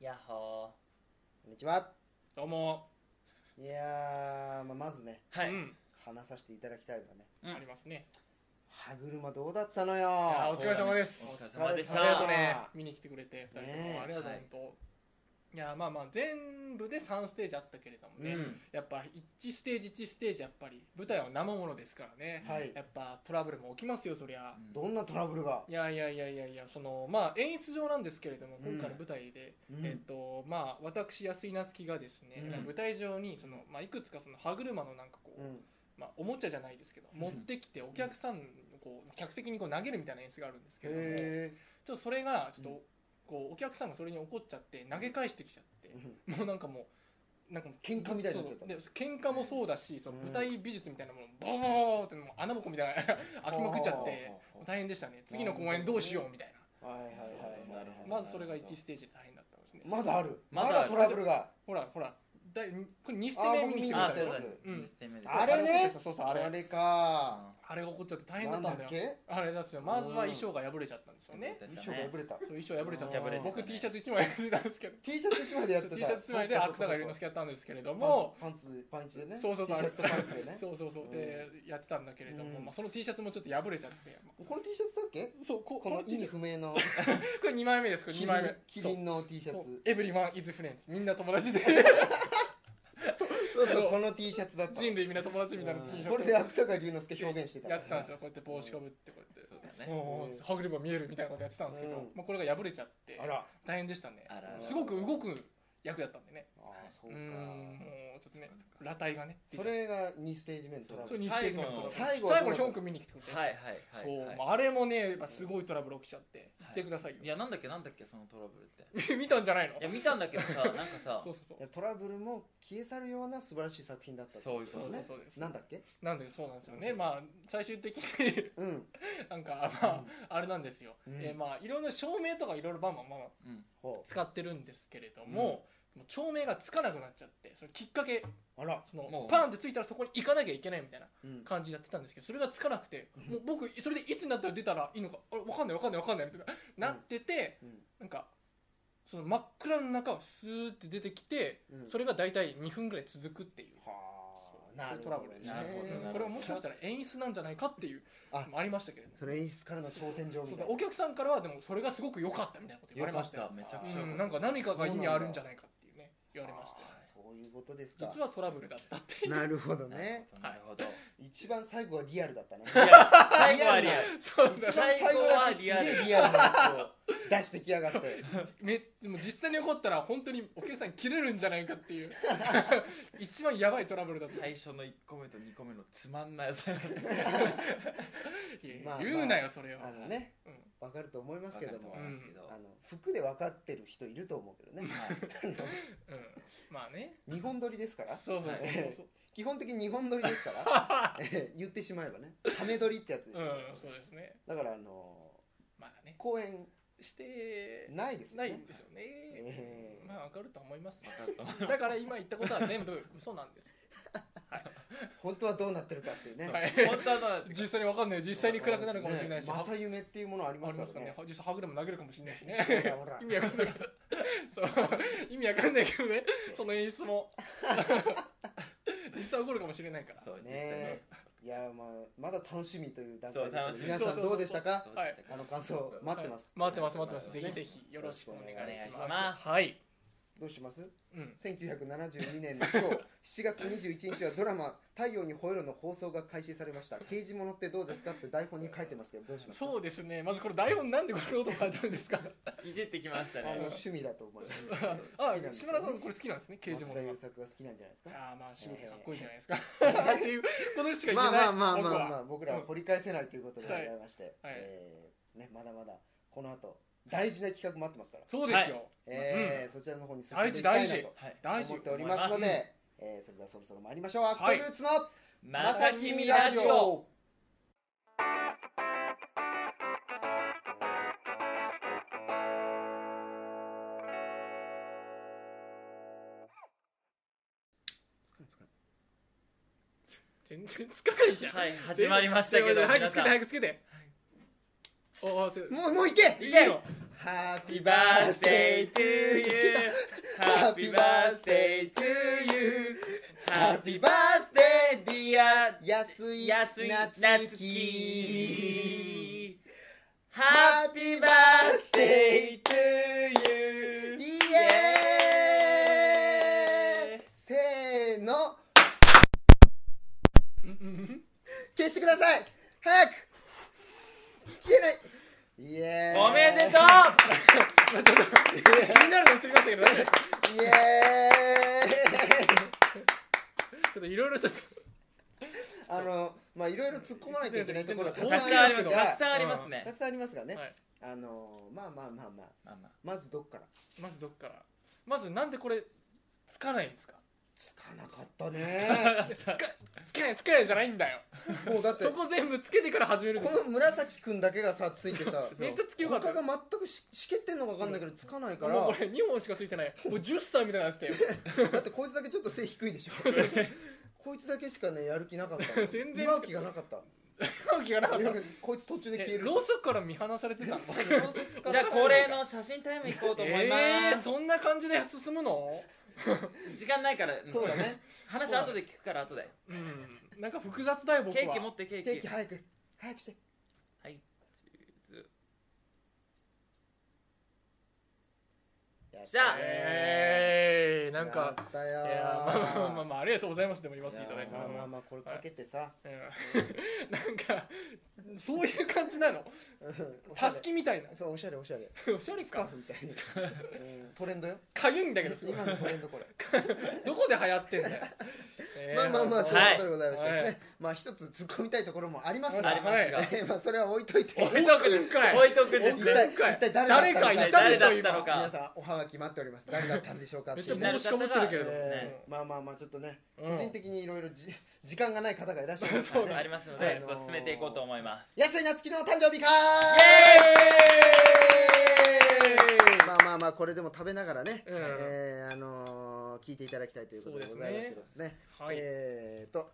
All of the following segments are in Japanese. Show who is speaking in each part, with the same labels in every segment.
Speaker 1: やっほ
Speaker 2: こんにちは
Speaker 3: どうも、
Speaker 2: いやー、まあ、まずね
Speaker 1: ーは
Speaker 3: う
Speaker 1: い、
Speaker 3: ん、
Speaker 2: 話させていただきたいのはね
Speaker 1: うん
Speaker 3: ありますね
Speaker 2: 歯車どうだったのよ
Speaker 3: あーお疲れ様で
Speaker 1: お
Speaker 3: す
Speaker 1: 疲れ様でし
Speaker 2: お疲れ様
Speaker 3: ありが
Speaker 1: た
Speaker 3: とうね
Speaker 2: あ
Speaker 3: 見に来てくれて2人とも、
Speaker 2: ねえ
Speaker 3: ありがとう
Speaker 1: はい
Speaker 3: 本当、い、やまあまあ全部で3ステージあったけれどもね、
Speaker 2: うん
Speaker 3: やっぱ1ステージ1ステージやっぱり舞台は生ものですからね、
Speaker 2: はい
Speaker 3: やっぱトラブルも起きますよそりゃ、
Speaker 2: どんなトラブルが
Speaker 3: いやいやいやいやいやそのまあ演出上なんですけれども
Speaker 2: うん
Speaker 3: 今回の舞台で、
Speaker 2: うん
Speaker 3: えっとまあ私安井夏樹がですね、
Speaker 2: うん
Speaker 3: 舞台上にそのまあいくつかその歯車のなんかこう、
Speaker 2: うん
Speaker 3: まあおもちゃじゃないですけど
Speaker 1: ん
Speaker 3: 持ってきてお客さんのこう客席にこう投げるみたいな演出があるんですけれども
Speaker 2: へ
Speaker 3: ちょっとそれがちょっと、
Speaker 2: うん
Speaker 3: こうお客さんがそれに怒っちゃって投げ返してきちゃって
Speaker 2: え、
Speaker 3: もうなんかもうなんかもう
Speaker 2: 喧嘩みたいになっちゃった
Speaker 3: そうで喧嘩もそうだしその
Speaker 2: うん
Speaker 3: 舞台美術みたいなものもボーってもう穴ぼこみたいな 開きまくっちゃっ
Speaker 1: ほうほ
Speaker 3: て
Speaker 1: うほう
Speaker 3: 大変でしたね次の公演どうしようみたいな
Speaker 2: はいはいはい
Speaker 1: なるほど
Speaker 3: まずそれが1ステージで大変だったんですね
Speaker 2: まだある
Speaker 1: ま
Speaker 2: ま
Speaker 1: だあ
Speaker 2: だ
Speaker 1: る
Speaker 2: トラブルが
Speaker 3: ほらほらだいこれ2ス
Speaker 2: あ
Speaker 3: テ
Speaker 2: ー
Speaker 3: 目見に来てくれ
Speaker 1: あー
Speaker 3: たで
Speaker 1: そ
Speaker 3: し
Speaker 1: うだ
Speaker 3: ょ
Speaker 2: そう
Speaker 3: うん
Speaker 1: 二ステ目で
Speaker 2: あれね
Speaker 3: そうそうそうあ
Speaker 2: あ
Speaker 3: れ
Speaker 2: れか
Speaker 3: あれが起こっちゃって大変だ
Speaker 2: な
Speaker 3: っ
Speaker 2: ん
Speaker 3: た
Speaker 2: だ
Speaker 3: ん
Speaker 2: っ
Speaker 3: だよ
Speaker 2: け
Speaker 3: あれなんですよまずは衣装が破れちゃったんですよね
Speaker 2: 衣装が破れた
Speaker 3: そう衣装破れちゃった
Speaker 2: 破れてたね
Speaker 3: 僕 T シャツ1枚着てたんですけど
Speaker 2: T シャツ一枚でやってた
Speaker 3: T シャツ1枚で芥川龍之介やったんですけれども
Speaker 2: パンツパンチでね
Speaker 3: そうそうそう
Speaker 2: T シャツとパンツでね
Speaker 3: そうそうそうでやってたんだけれども、
Speaker 2: うん
Speaker 3: まあ、その T シャツもちょっと破れちゃって
Speaker 2: この T シャツだっけ
Speaker 3: そうこ
Speaker 2: この意味不
Speaker 3: こ
Speaker 2: 明の
Speaker 3: れ2枚目ですこれ
Speaker 2: キリ
Speaker 3: 2
Speaker 2: ン
Speaker 3: 枚目
Speaker 2: キリンの T シャ
Speaker 3: そう
Speaker 2: ツ
Speaker 3: エブリワンイズフレンズみんな友達で
Speaker 2: そうそ
Speaker 3: そう
Speaker 2: うこの T シャツだった
Speaker 3: 人類みんな友達みたいな T シャ
Speaker 2: うん
Speaker 3: ツ
Speaker 2: これで芥川龍之介表現してた
Speaker 3: やってたんですよこうやって帽子かぶってこうやって
Speaker 1: そうだね
Speaker 3: も
Speaker 2: うん
Speaker 3: う歯車見えるみたいなことやってたんですけど、
Speaker 2: うん
Speaker 3: まあ、これが破れちゃって
Speaker 2: あら
Speaker 3: 大変でしたね
Speaker 1: あらあら
Speaker 3: すごく動く役だったんでね
Speaker 2: あーそうう
Speaker 3: ー
Speaker 2: か
Speaker 3: んもうちょっとね
Speaker 1: そっかそっか
Speaker 3: 裸体がね
Speaker 2: それが2ステージ目のトラ
Speaker 3: そ
Speaker 2: ブ
Speaker 3: れ
Speaker 2: ル
Speaker 3: 2ステージ目のトラブル
Speaker 2: 最後
Speaker 3: 最後にヒョン君見に来てくれて、
Speaker 1: はいはいはい
Speaker 3: そう、
Speaker 1: はい
Speaker 3: まあ、あれもねやっぱすごいトラブル起きちゃって、
Speaker 1: はい
Speaker 3: 見てくださいよ
Speaker 1: いやなんだっけなんだっけそのトラブルって
Speaker 3: 見たんじゃないの
Speaker 1: いや見たんだけどさなんかさ
Speaker 3: そうそうそう
Speaker 2: いやトラブルも消え去るような素晴らしい作品だった
Speaker 1: そういう
Speaker 3: そ
Speaker 1: こ
Speaker 3: う
Speaker 1: と
Speaker 3: で
Speaker 1: ね
Speaker 3: すそうです
Speaker 2: なんだっけ
Speaker 3: なんでそうなんですよねまあ最終的に
Speaker 2: うん
Speaker 3: なんかまああれなんですよ、
Speaker 2: うん
Speaker 3: えーまあいろんな照明とかいろいろバンバンバンバン
Speaker 1: うん
Speaker 2: ほ
Speaker 3: 使ってるんですけれども、もう照明がつかなくなっちゃってそのきっかけ
Speaker 2: うあら
Speaker 3: その
Speaker 1: もう
Speaker 3: パンってついたらそこに行かなきゃいけないみたいな
Speaker 2: うん
Speaker 3: 感じでやってたんですけどそれがつかなくてもう僕それでいつになったら出たらいいのかあれわかんないわかんないわかんないみたいななってて、
Speaker 2: うん
Speaker 3: なんかその真っ暗の中をスーって出てきて、
Speaker 2: うん
Speaker 3: それが大体2分ぐらい続くっていう。
Speaker 2: は
Speaker 3: そう
Speaker 2: あなるほど
Speaker 3: そういうトラブルで
Speaker 2: ね
Speaker 3: した
Speaker 1: なるほどなるほど
Speaker 3: これはもしかしたら演出なんじゃないかっていう
Speaker 2: あ
Speaker 3: のもありましたけれども
Speaker 2: それ演出からの挑戦状
Speaker 3: そ
Speaker 2: み
Speaker 3: う
Speaker 2: た
Speaker 3: だ
Speaker 2: いな
Speaker 3: お客さんからはでもそれがすごく良かったみたいなこと言われましたよ
Speaker 1: 良かっためちゃくちゃ良か
Speaker 3: う
Speaker 1: った
Speaker 3: んなんか何かが意味あるんじゃないかっていうね言われましたよ
Speaker 2: あーそういうことですか
Speaker 3: 実はトラブルだったっていう
Speaker 2: なるほど
Speaker 1: なる
Speaker 2: ね
Speaker 1: ほどなるほど
Speaker 2: 一番最後はリアルだったね
Speaker 1: いや最後はリアル
Speaker 3: そう
Speaker 2: 一
Speaker 3: だ
Speaker 2: 番最後だけすげえリアルなやつを出してきやがって
Speaker 3: めでも実際に起こったら本当にお客さん切れるんじゃないかっていう 一番やばいトラブルだった
Speaker 1: 最初の1個目と2個目のつまんないさ
Speaker 3: いやいや
Speaker 2: まあ
Speaker 3: 言うなよそれは、
Speaker 2: あのね
Speaker 3: うん
Speaker 2: わかると思いますけども
Speaker 1: わかると思いますけど
Speaker 2: あの服で分かってる人いると思うけど ね
Speaker 3: うんまあね
Speaker 2: 日本撮りですから
Speaker 3: そうそうそうそう
Speaker 2: 基本的に日本撮りですから えー言ってしまえばねため撮りってやつです
Speaker 3: う
Speaker 2: よ、
Speaker 3: んそうですね
Speaker 2: だからあの
Speaker 3: まあね
Speaker 2: 公演
Speaker 3: して
Speaker 2: ないですよ
Speaker 3: ない
Speaker 2: ね
Speaker 3: んですよね、
Speaker 2: ええ
Speaker 3: まあわかると思います
Speaker 1: 分かった
Speaker 3: だから今言ったことは全 部嘘なんです
Speaker 2: 本当はどうなってるかっていうね、
Speaker 3: はい
Speaker 1: 本当はどうなってるか
Speaker 3: 実際にわかんない実際に暗くなるかもしれないし、は
Speaker 2: 正夢っていうものあり
Speaker 3: あ
Speaker 2: ま
Speaker 3: り
Speaker 2: す
Speaker 3: ま
Speaker 2: か
Speaker 3: す
Speaker 2: ら
Speaker 3: かね
Speaker 2: ね
Speaker 3: 実際歯車投げるかもしれないし
Speaker 2: ほ
Speaker 3: ね
Speaker 2: らほら
Speaker 3: 意味わかんないそう意味わかんないけどねその演出も実際起こるかもしれないから
Speaker 1: そう実際ね
Speaker 2: ねいやまあまだ楽しみという段階
Speaker 1: そう楽
Speaker 2: で
Speaker 1: し
Speaker 2: す
Speaker 1: み
Speaker 2: けど皆さんどうでしたか
Speaker 1: どうでしたか
Speaker 2: あの感想待ってます、
Speaker 3: はい待ってます待ってます、
Speaker 2: ね
Speaker 3: ぜひぜひよろしくお願いします
Speaker 1: お願いします
Speaker 3: はい、
Speaker 2: どうします
Speaker 3: うん、
Speaker 2: 1972年の今日7月21日はドラマ「太陽にほえろ」の放送が開始されました刑事ものってどうですかって台本に書いてますけどどうしますか
Speaker 3: そうですねまずこれ台本なんでこのこと書いてあるんですか
Speaker 1: いじってきました
Speaker 2: あの
Speaker 1: ね
Speaker 2: 趣味だと思います
Speaker 3: あ
Speaker 2: なんですよ
Speaker 3: 島田さんこれ好きなんですね刑事
Speaker 2: 松
Speaker 3: 物
Speaker 2: 田
Speaker 3: が
Speaker 2: 優作が好きなんじゃないですか
Speaker 3: ああまあ渋木かっこいいじゃないですか、 っていうことしか言えない
Speaker 2: まあまあまあまあまあ、
Speaker 3: あ
Speaker 2: 僕らは掘り返せないということでご
Speaker 3: は
Speaker 2: ざ
Speaker 3: い
Speaker 2: いまして、
Speaker 3: はい
Speaker 2: えーね、まだまだこの後大事な企画待ってますから、
Speaker 3: そうですよ、
Speaker 2: えーそちらの方に進んでいきた
Speaker 3: 大
Speaker 2: いな
Speaker 3: 事大事
Speaker 2: と
Speaker 1: はい
Speaker 3: 大事
Speaker 2: 思っておりますの
Speaker 3: 思い
Speaker 2: で、えーそれではそろそろ参りましょうアクトルーツの「
Speaker 1: ま
Speaker 2: ま
Speaker 1: さ
Speaker 2: さ
Speaker 1: き
Speaker 2: き
Speaker 1: み
Speaker 2: み
Speaker 1: ラ
Speaker 2: ラ
Speaker 1: ジ
Speaker 2: ジ
Speaker 1: オ
Speaker 2: オ」
Speaker 3: 全然つかないじゃん
Speaker 1: はい始まりましたけど皆
Speaker 3: 早くつけ
Speaker 1: さ
Speaker 3: て
Speaker 1: ん
Speaker 3: 早くつけておーおーちょ
Speaker 2: もうもういけ
Speaker 3: いいよ
Speaker 2: ハッピー
Speaker 1: Happy
Speaker 2: バースデ
Speaker 1: birthday
Speaker 2: ートゥー
Speaker 1: to
Speaker 2: いけ
Speaker 1: you Happy birthday to you Happy birthday dear
Speaker 2: 安い
Speaker 1: 安井
Speaker 2: 夏
Speaker 1: 夏
Speaker 2: 樹
Speaker 1: 樹 Happy birthday to you
Speaker 2: イエーイせーの消してください早く消えないイエーイ
Speaker 1: おめでとう
Speaker 3: まあちょっと気になるの映りましたけど大丈夫です
Speaker 2: うイエーイ
Speaker 3: ちょっといろいろちょっと
Speaker 2: あのまあいろいろ突っ込まないといけないところは
Speaker 3: た
Speaker 1: た
Speaker 3: く
Speaker 1: く
Speaker 3: さ
Speaker 1: さ
Speaker 3: ん
Speaker 1: ん
Speaker 3: あ
Speaker 1: あ
Speaker 3: り
Speaker 1: り
Speaker 3: ま
Speaker 1: ますす
Speaker 3: よ
Speaker 1: たくさんありますね
Speaker 2: たくさんありますがね、
Speaker 3: はい
Speaker 2: あのまあまあま
Speaker 1: まあ
Speaker 2: あまあ
Speaker 1: まあ
Speaker 2: まずどっから
Speaker 3: まずどっからまずなんでこれつかないんですか
Speaker 2: つかなかったね
Speaker 3: つけないつけないじゃないんだよ
Speaker 2: もうだって
Speaker 3: そ
Speaker 2: こ
Speaker 3: こ全部つけてから始めるんですよ
Speaker 2: の紫くんだけがさついてさ
Speaker 3: めっちゃつけよかった
Speaker 2: 他
Speaker 3: よ
Speaker 2: が全くししけってんのか分かんないけどつかないから
Speaker 3: もうこれ2本しかついてないもう10歳みたいになってたよ
Speaker 2: だってこいつだけちょっと背低い でしょこいつだけしかねやる気なかったの
Speaker 3: 全然
Speaker 2: 祝う気がなかった
Speaker 3: 買う気がなかった
Speaker 2: こいつ途中で消え
Speaker 3: え
Speaker 2: るし
Speaker 3: ろうそくから見放されてたの
Speaker 1: じゃあ恒例の写真タイムいこうと思い
Speaker 3: え
Speaker 1: ま
Speaker 3: ー、
Speaker 1: す
Speaker 3: そんな感じで進むの
Speaker 1: 時間ないから
Speaker 2: そうだね
Speaker 1: 話後で聞くから後で
Speaker 3: うんなんか複雑だよ僕は
Speaker 1: ケーキ持ってケーキ
Speaker 2: ケーキ早く早くして
Speaker 1: はいチーズじゃあ
Speaker 3: えー、なん
Speaker 2: や
Speaker 3: か
Speaker 2: ったよ
Speaker 3: い
Speaker 2: ー
Speaker 3: やまあまあまあまあありがとうございますでも祝っていただいて
Speaker 2: やまあまあまあこれかけてさ
Speaker 3: うんなんかそういう感じなのたすきみたいな
Speaker 2: そうおしゃれおしゃれ
Speaker 3: おしゃれ
Speaker 2: スカー
Speaker 3: か
Speaker 2: フみたい なうんトレンドよ
Speaker 3: かゆいんだけどすごい
Speaker 2: 今のトレンドこれ
Speaker 3: どこで流行ってんだよ、え
Speaker 2: まあ
Speaker 3: ー
Speaker 2: まあまあと
Speaker 3: 本当
Speaker 2: いうことでございましてです
Speaker 3: は
Speaker 2: ねまあ一つ突っ込みたいところもあります
Speaker 1: あ
Speaker 2: が
Speaker 1: りますが
Speaker 3: は
Speaker 2: えーまあそれは置いといて
Speaker 3: おめでとうくんかい
Speaker 1: 置いとくんで
Speaker 2: 一
Speaker 1: す
Speaker 3: 置いと
Speaker 1: ね
Speaker 2: 体
Speaker 3: くかい
Speaker 2: 一体誰だったの
Speaker 3: 誰かいたでしょ
Speaker 1: 誰だったの
Speaker 3: 今
Speaker 1: か
Speaker 2: 皆さんおはがき待っております誰だったんでしょうか
Speaker 3: め
Speaker 2: て
Speaker 3: っ
Speaker 2: い
Speaker 3: ちゃ
Speaker 2: う
Speaker 1: 気になる
Speaker 3: 帽子かぶってるけれども
Speaker 2: え
Speaker 3: ね
Speaker 2: ーまあまあまあちょっとね、
Speaker 3: うん
Speaker 2: 個人的にいろいろじ時間がない方がいらっしゃいますから
Speaker 3: そうだ
Speaker 1: あり
Speaker 2: ね
Speaker 1: ますの
Speaker 2: はい
Speaker 1: でちょっと進めていこうと思います
Speaker 2: 安井夏樹の誕生日か
Speaker 3: イエーイ
Speaker 2: まあまあまあこれでも食べながらね、
Speaker 3: うん
Speaker 2: えーあのー聞いていただきたいということでございましてですね
Speaker 3: はい、
Speaker 2: えーと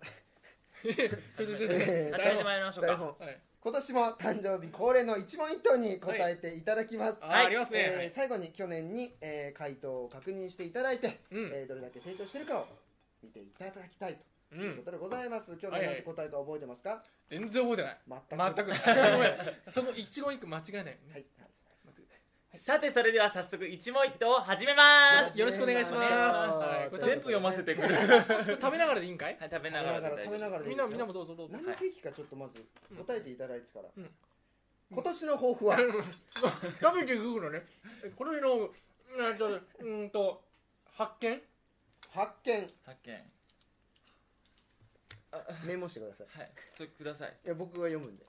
Speaker 3: ちょちょちょちょ、
Speaker 2: えー
Speaker 1: 始めてまいりましょう
Speaker 2: 台
Speaker 1: か
Speaker 2: 本
Speaker 3: はい、
Speaker 2: 今年も誕生日恒例の一問一答に答えていただきます、
Speaker 3: あ,、
Speaker 1: はい
Speaker 3: ありますね、
Speaker 2: えー
Speaker 3: はい
Speaker 2: 最後に去年に、えー回答を確認していただいて、
Speaker 3: うん、
Speaker 2: えーどれだけ成長してるかを見ていただきたいと
Speaker 3: う
Speaker 2: いうこ
Speaker 3: ん、
Speaker 2: とでございます、去
Speaker 3: は
Speaker 2: 年
Speaker 3: い
Speaker 2: な
Speaker 3: は
Speaker 2: いんて答えか覚えてますか、
Speaker 3: 全然覚えてない全く
Speaker 2: 全く
Speaker 3: そこ一言一句間違えないよね、
Speaker 2: はい、
Speaker 1: さてそれでは早速一問一答を始めま
Speaker 3: よろしくお願いしますはい
Speaker 1: す全部読ませてくれる
Speaker 3: 食べながらでいいんかい
Speaker 1: はい食べ
Speaker 2: 食べ
Speaker 1: な
Speaker 2: な
Speaker 1: が
Speaker 2: が
Speaker 1: ら
Speaker 2: ら
Speaker 1: で
Speaker 2: 食べながらでいいで
Speaker 3: みんな
Speaker 2: す
Speaker 3: みん
Speaker 2: よ
Speaker 3: なもどうぞどうぞ
Speaker 2: 何のケーキかちょっとまず答えていただいてから、
Speaker 3: うん
Speaker 2: 今年の抱負は、
Speaker 3: 食べていくのねこれのうんとうんと発見
Speaker 2: 発見
Speaker 1: 発見
Speaker 2: メモしてください
Speaker 1: はいそれください
Speaker 2: いや僕が読むんで、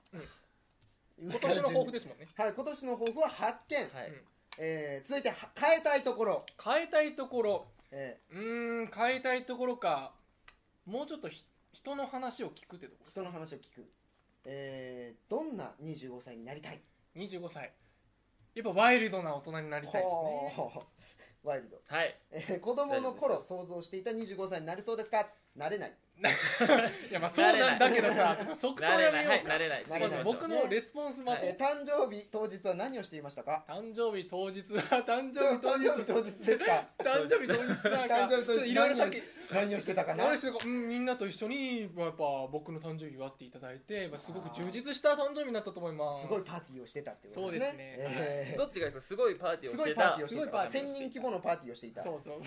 Speaker 3: 今年の抱負
Speaker 2: で
Speaker 3: ですもんね
Speaker 2: はい今年の抱負は発見、
Speaker 1: はい
Speaker 2: えー続いては変えたいところ、
Speaker 3: 変えたいところ
Speaker 2: え
Speaker 3: うーん変えたいところかもうちょっとひ人の話を聞くってとこ
Speaker 2: ー人の話を聞く、えーどんな25歳になりたい
Speaker 3: 25歳やっぱワイルドな大人になりたいですね
Speaker 2: ほうワイルド、
Speaker 1: はい
Speaker 2: えー子供の頃想像していた25歳になりそうですかなれない
Speaker 3: いやまあそうなんだけどさ即答
Speaker 1: なれ
Speaker 3: や
Speaker 1: な
Speaker 3: め
Speaker 1: い
Speaker 3: よ
Speaker 1: はいうな
Speaker 3: か
Speaker 1: れない
Speaker 2: な
Speaker 1: 次行きま
Speaker 2: れ
Speaker 3: まず
Speaker 1: しょう
Speaker 3: 僕のレスポンスま
Speaker 1: はい
Speaker 2: え
Speaker 3: で
Speaker 2: ー誕生日当日は何をしていましたか
Speaker 3: 誕生日当日 は誕生日
Speaker 2: 誕
Speaker 3: 当日
Speaker 2: 生日当日ですか
Speaker 3: 誕生日当日なんか
Speaker 2: 誕生日当日
Speaker 3: ちょっといろいろさっき
Speaker 2: 何をしてたかな
Speaker 3: 何してたか、うん、みんなと一緒に、まあ、やっぱ僕の誕生日祝っていただいて、まあ、すごく充実した誕生日になったと思います
Speaker 2: すごいパーティーをしてたってことですね
Speaker 3: そうですね
Speaker 2: えー
Speaker 1: どっちがいいですかすごいパーティー
Speaker 2: す
Speaker 1: を
Speaker 2: ご
Speaker 1: し
Speaker 2: い
Speaker 1: て
Speaker 2: パー
Speaker 1: た
Speaker 2: ティーをし
Speaker 3: すご
Speaker 2: て
Speaker 3: いパー
Speaker 2: た
Speaker 3: ティーを
Speaker 2: 1000
Speaker 3: してい
Speaker 2: 人
Speaker 3: た
Speaker 2: 規模のパーティーをしていた
Speaker 3: そ うそう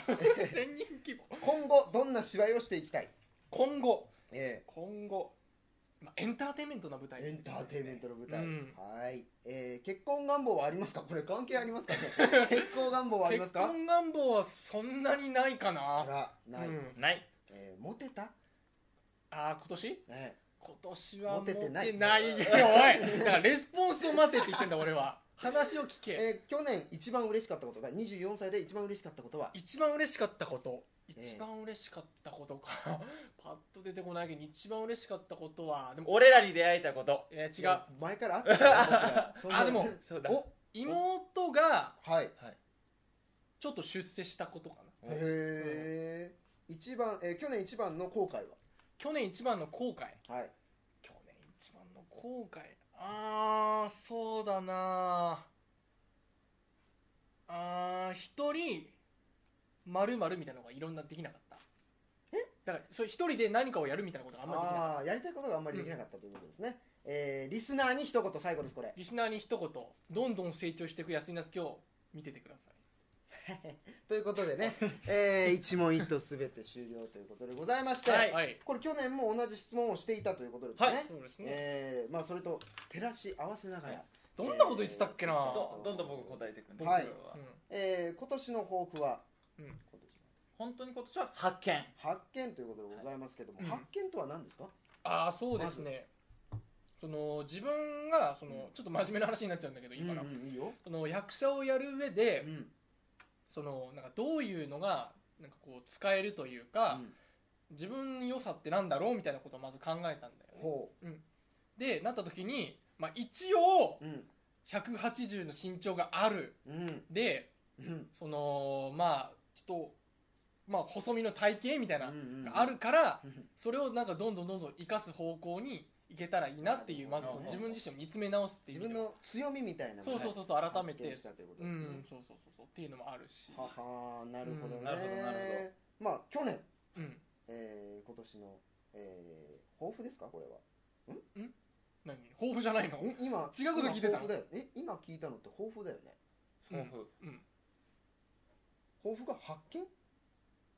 Speaker 3: 千人規模
Speaker 2: 今後どんな芝居をしていきたい、
Speaker 3: 今後
Speaker 2: え
Speaker 3: 今後、まあ、エンターテインメントな舞台
Speaker 2: ーエンターテインメントの舞台、
Speaker 3: うん
Speaker 2: はい、えー結婚願望はありますかこれ関係ありますかね 結婚願望はあります
Speaker 3: 結
Speaker 2: か
Speaker 3: 婚願望はそんなにないか
Speaker 2: あ
Speaker 3: な
Speaker 2: らない、
Speaker 3: うん
Speaker 1: ない
Speaker 2: えーモテた、
Speaker 3: あー今年
Speaker 2: ね
Speaker 3: 今年は
Speaker 2: モテてない
Speaker 3: モテないよおいだからレスポンスを待てって言ってんだ俺は話を聞け
Speaker 2: えー去年一番嬉しかったことが24歳で一番嬉しかったことは
Speaker 3: 一番嬉しかったこと
Speaker 2: ええ
Speaker 3: 一番嬉しかったことか パッと出てこないけど一番嬉しかったことはでも
Speaker 1: 俺らに出会えたこと
Speaker 3: えー
Speaker 2: い
Speaker 3: 違う
Speaker 2: や前からあったから僕ら
Speaker 3: あでも
Speaker 1: そうだ
Speaker 2: お
Speaker 3: 妹が
Speaker 2: はい
Speaker 3: ちょっと出世したことかな
Speaker 2: へえ、一番えー去年一番の後悔
Speaker 3: 去年一番の後悔
Speaker 2: ははい
Speaker 3: 去年一番の後悔あーそうだなあー一人丸々みたいなのがいろんなできなかったえだからそれ一人で何かをやるみたいなことがあんまりできなかっ
Speaker 2: ああーやりたいことがあんまりできなかったということですね、えーリスナーに一言最後ですこれ
Speaker 3: たリスナーに一言どんどん成長していく安井夏樹を見ててください
Speaker 2: ということで ね、えー一問一答すべて終了ということでございまして、
Speaker 1: はい
Speaker 3: はい、
Speaker 2: これ去年も同じ質問をしていたということですね、
Speaker 1: はい
Speaker 3: そうですね、
Speaker 2: えーまあ、それと照らし合わせながら、
Speaker 1: はい
Speaker 3: どんなこと言ってたっけな、
Speaker 2: ー
Speaker 1: どどんどん僕答えていくんですけど、
Speaker 2: はい
Speaker 3: うん
Speaker 2: えー今年の抱負は、
Speaker 3: うん
Speaker 2: 今年
Speaker 1: 本当に今年は発見
Speaker 2: は発見ということでございますけども、
Speaker 3: はい
Speaker 2: 発見とは何ですか、
Speaker 3: ああそうですね、その自分がその、
Speaker 2: うん
Speaker 3: ちょっと真面目な話になっちゃうんだけど今から、
Speaker 2: うんうんいいよ、
Speaker 3: その役者をやる上で、
Speaker 2: うん
Speaker 3: そのなんかどういうのがなんかこう使えるというか、
Speaker 2: うん
Speaker 3: 自分の良さってなんだろうみたいなことをまず考えたんだよね
Speaker 2: ほ
Speaker 3: でなった時に、まあ、一応
Speaker 2: ううん
Speaker 3: 180の身長がある
Speaker 2: うん
Speaker 3: で
Speaker 2: うん
Speaker 3: そのまあちょっと、まあ、細身の体型みたいな、
Speaker 2: うん
Speaker 3: があるから、
Speaker 2: うん
Speaker 3: それをなんかどんどんどんどん生かす方向に行けたらいいなっていう
Speaker 2: な
Speaker 3: ま
Speaker 2: る
Speaker 3: ず
Speaker 2: ほど
Speaker 3: その自分自身を見つめ直すっていう
Speaker 2: 自
Speaker 3: 意
Speaker 2: 分
Speaker 3: 味では
Speaker 2: の強みみたいなのを
Speaker 3: そうそうそうそう改め
Speaker 2: 発
Speaker 3: て
Speaker 2: 見したということ
Speaker 3: う
Speaker 2: ですね、
Speaker 3: んそうそうそうそうっていうのもあるし
Speaker 2: ははなるほどね、
Speaker 3: うん
Speaker 1: なるほどなる
Speaker 2: まあ去年、
Speaker 3: うん
Speaker 2: えー今年の、えー抱負ですかこれは
Speaker 3: 何豊富じゃないの
Speaker 2: え今
Speaker 3: 違うこと聞いて
Speaker 2: 今
Speaker 3: た
Speaker 2: 抱負だよえ今聞いたのって抱負だよね
Speaker 1: 抱負、
Speaker 3: うん
Speaker 2: 抱負が発見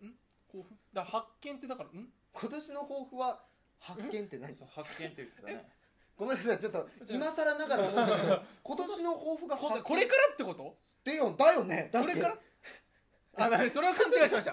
Speaker 3: 豊富だから発見ってだからん
Speaker 2: 今年の抱負は発見って何
Speaker 1: そう発見って言ってたね
Speaker 2: ごめんなさいちょっと
Speaker 3: じゃあ
Speaker 2: 今更ながら思うんだけど今年の抱負が
Speaker 3: こ
Speaker 2: 発
Speaker 3: これからってこと
Speaker 2: 見よだよねだっ
Speaker 3: こ
Speaker 2: て
Speaker 3: れからあだめそれは勘違いしました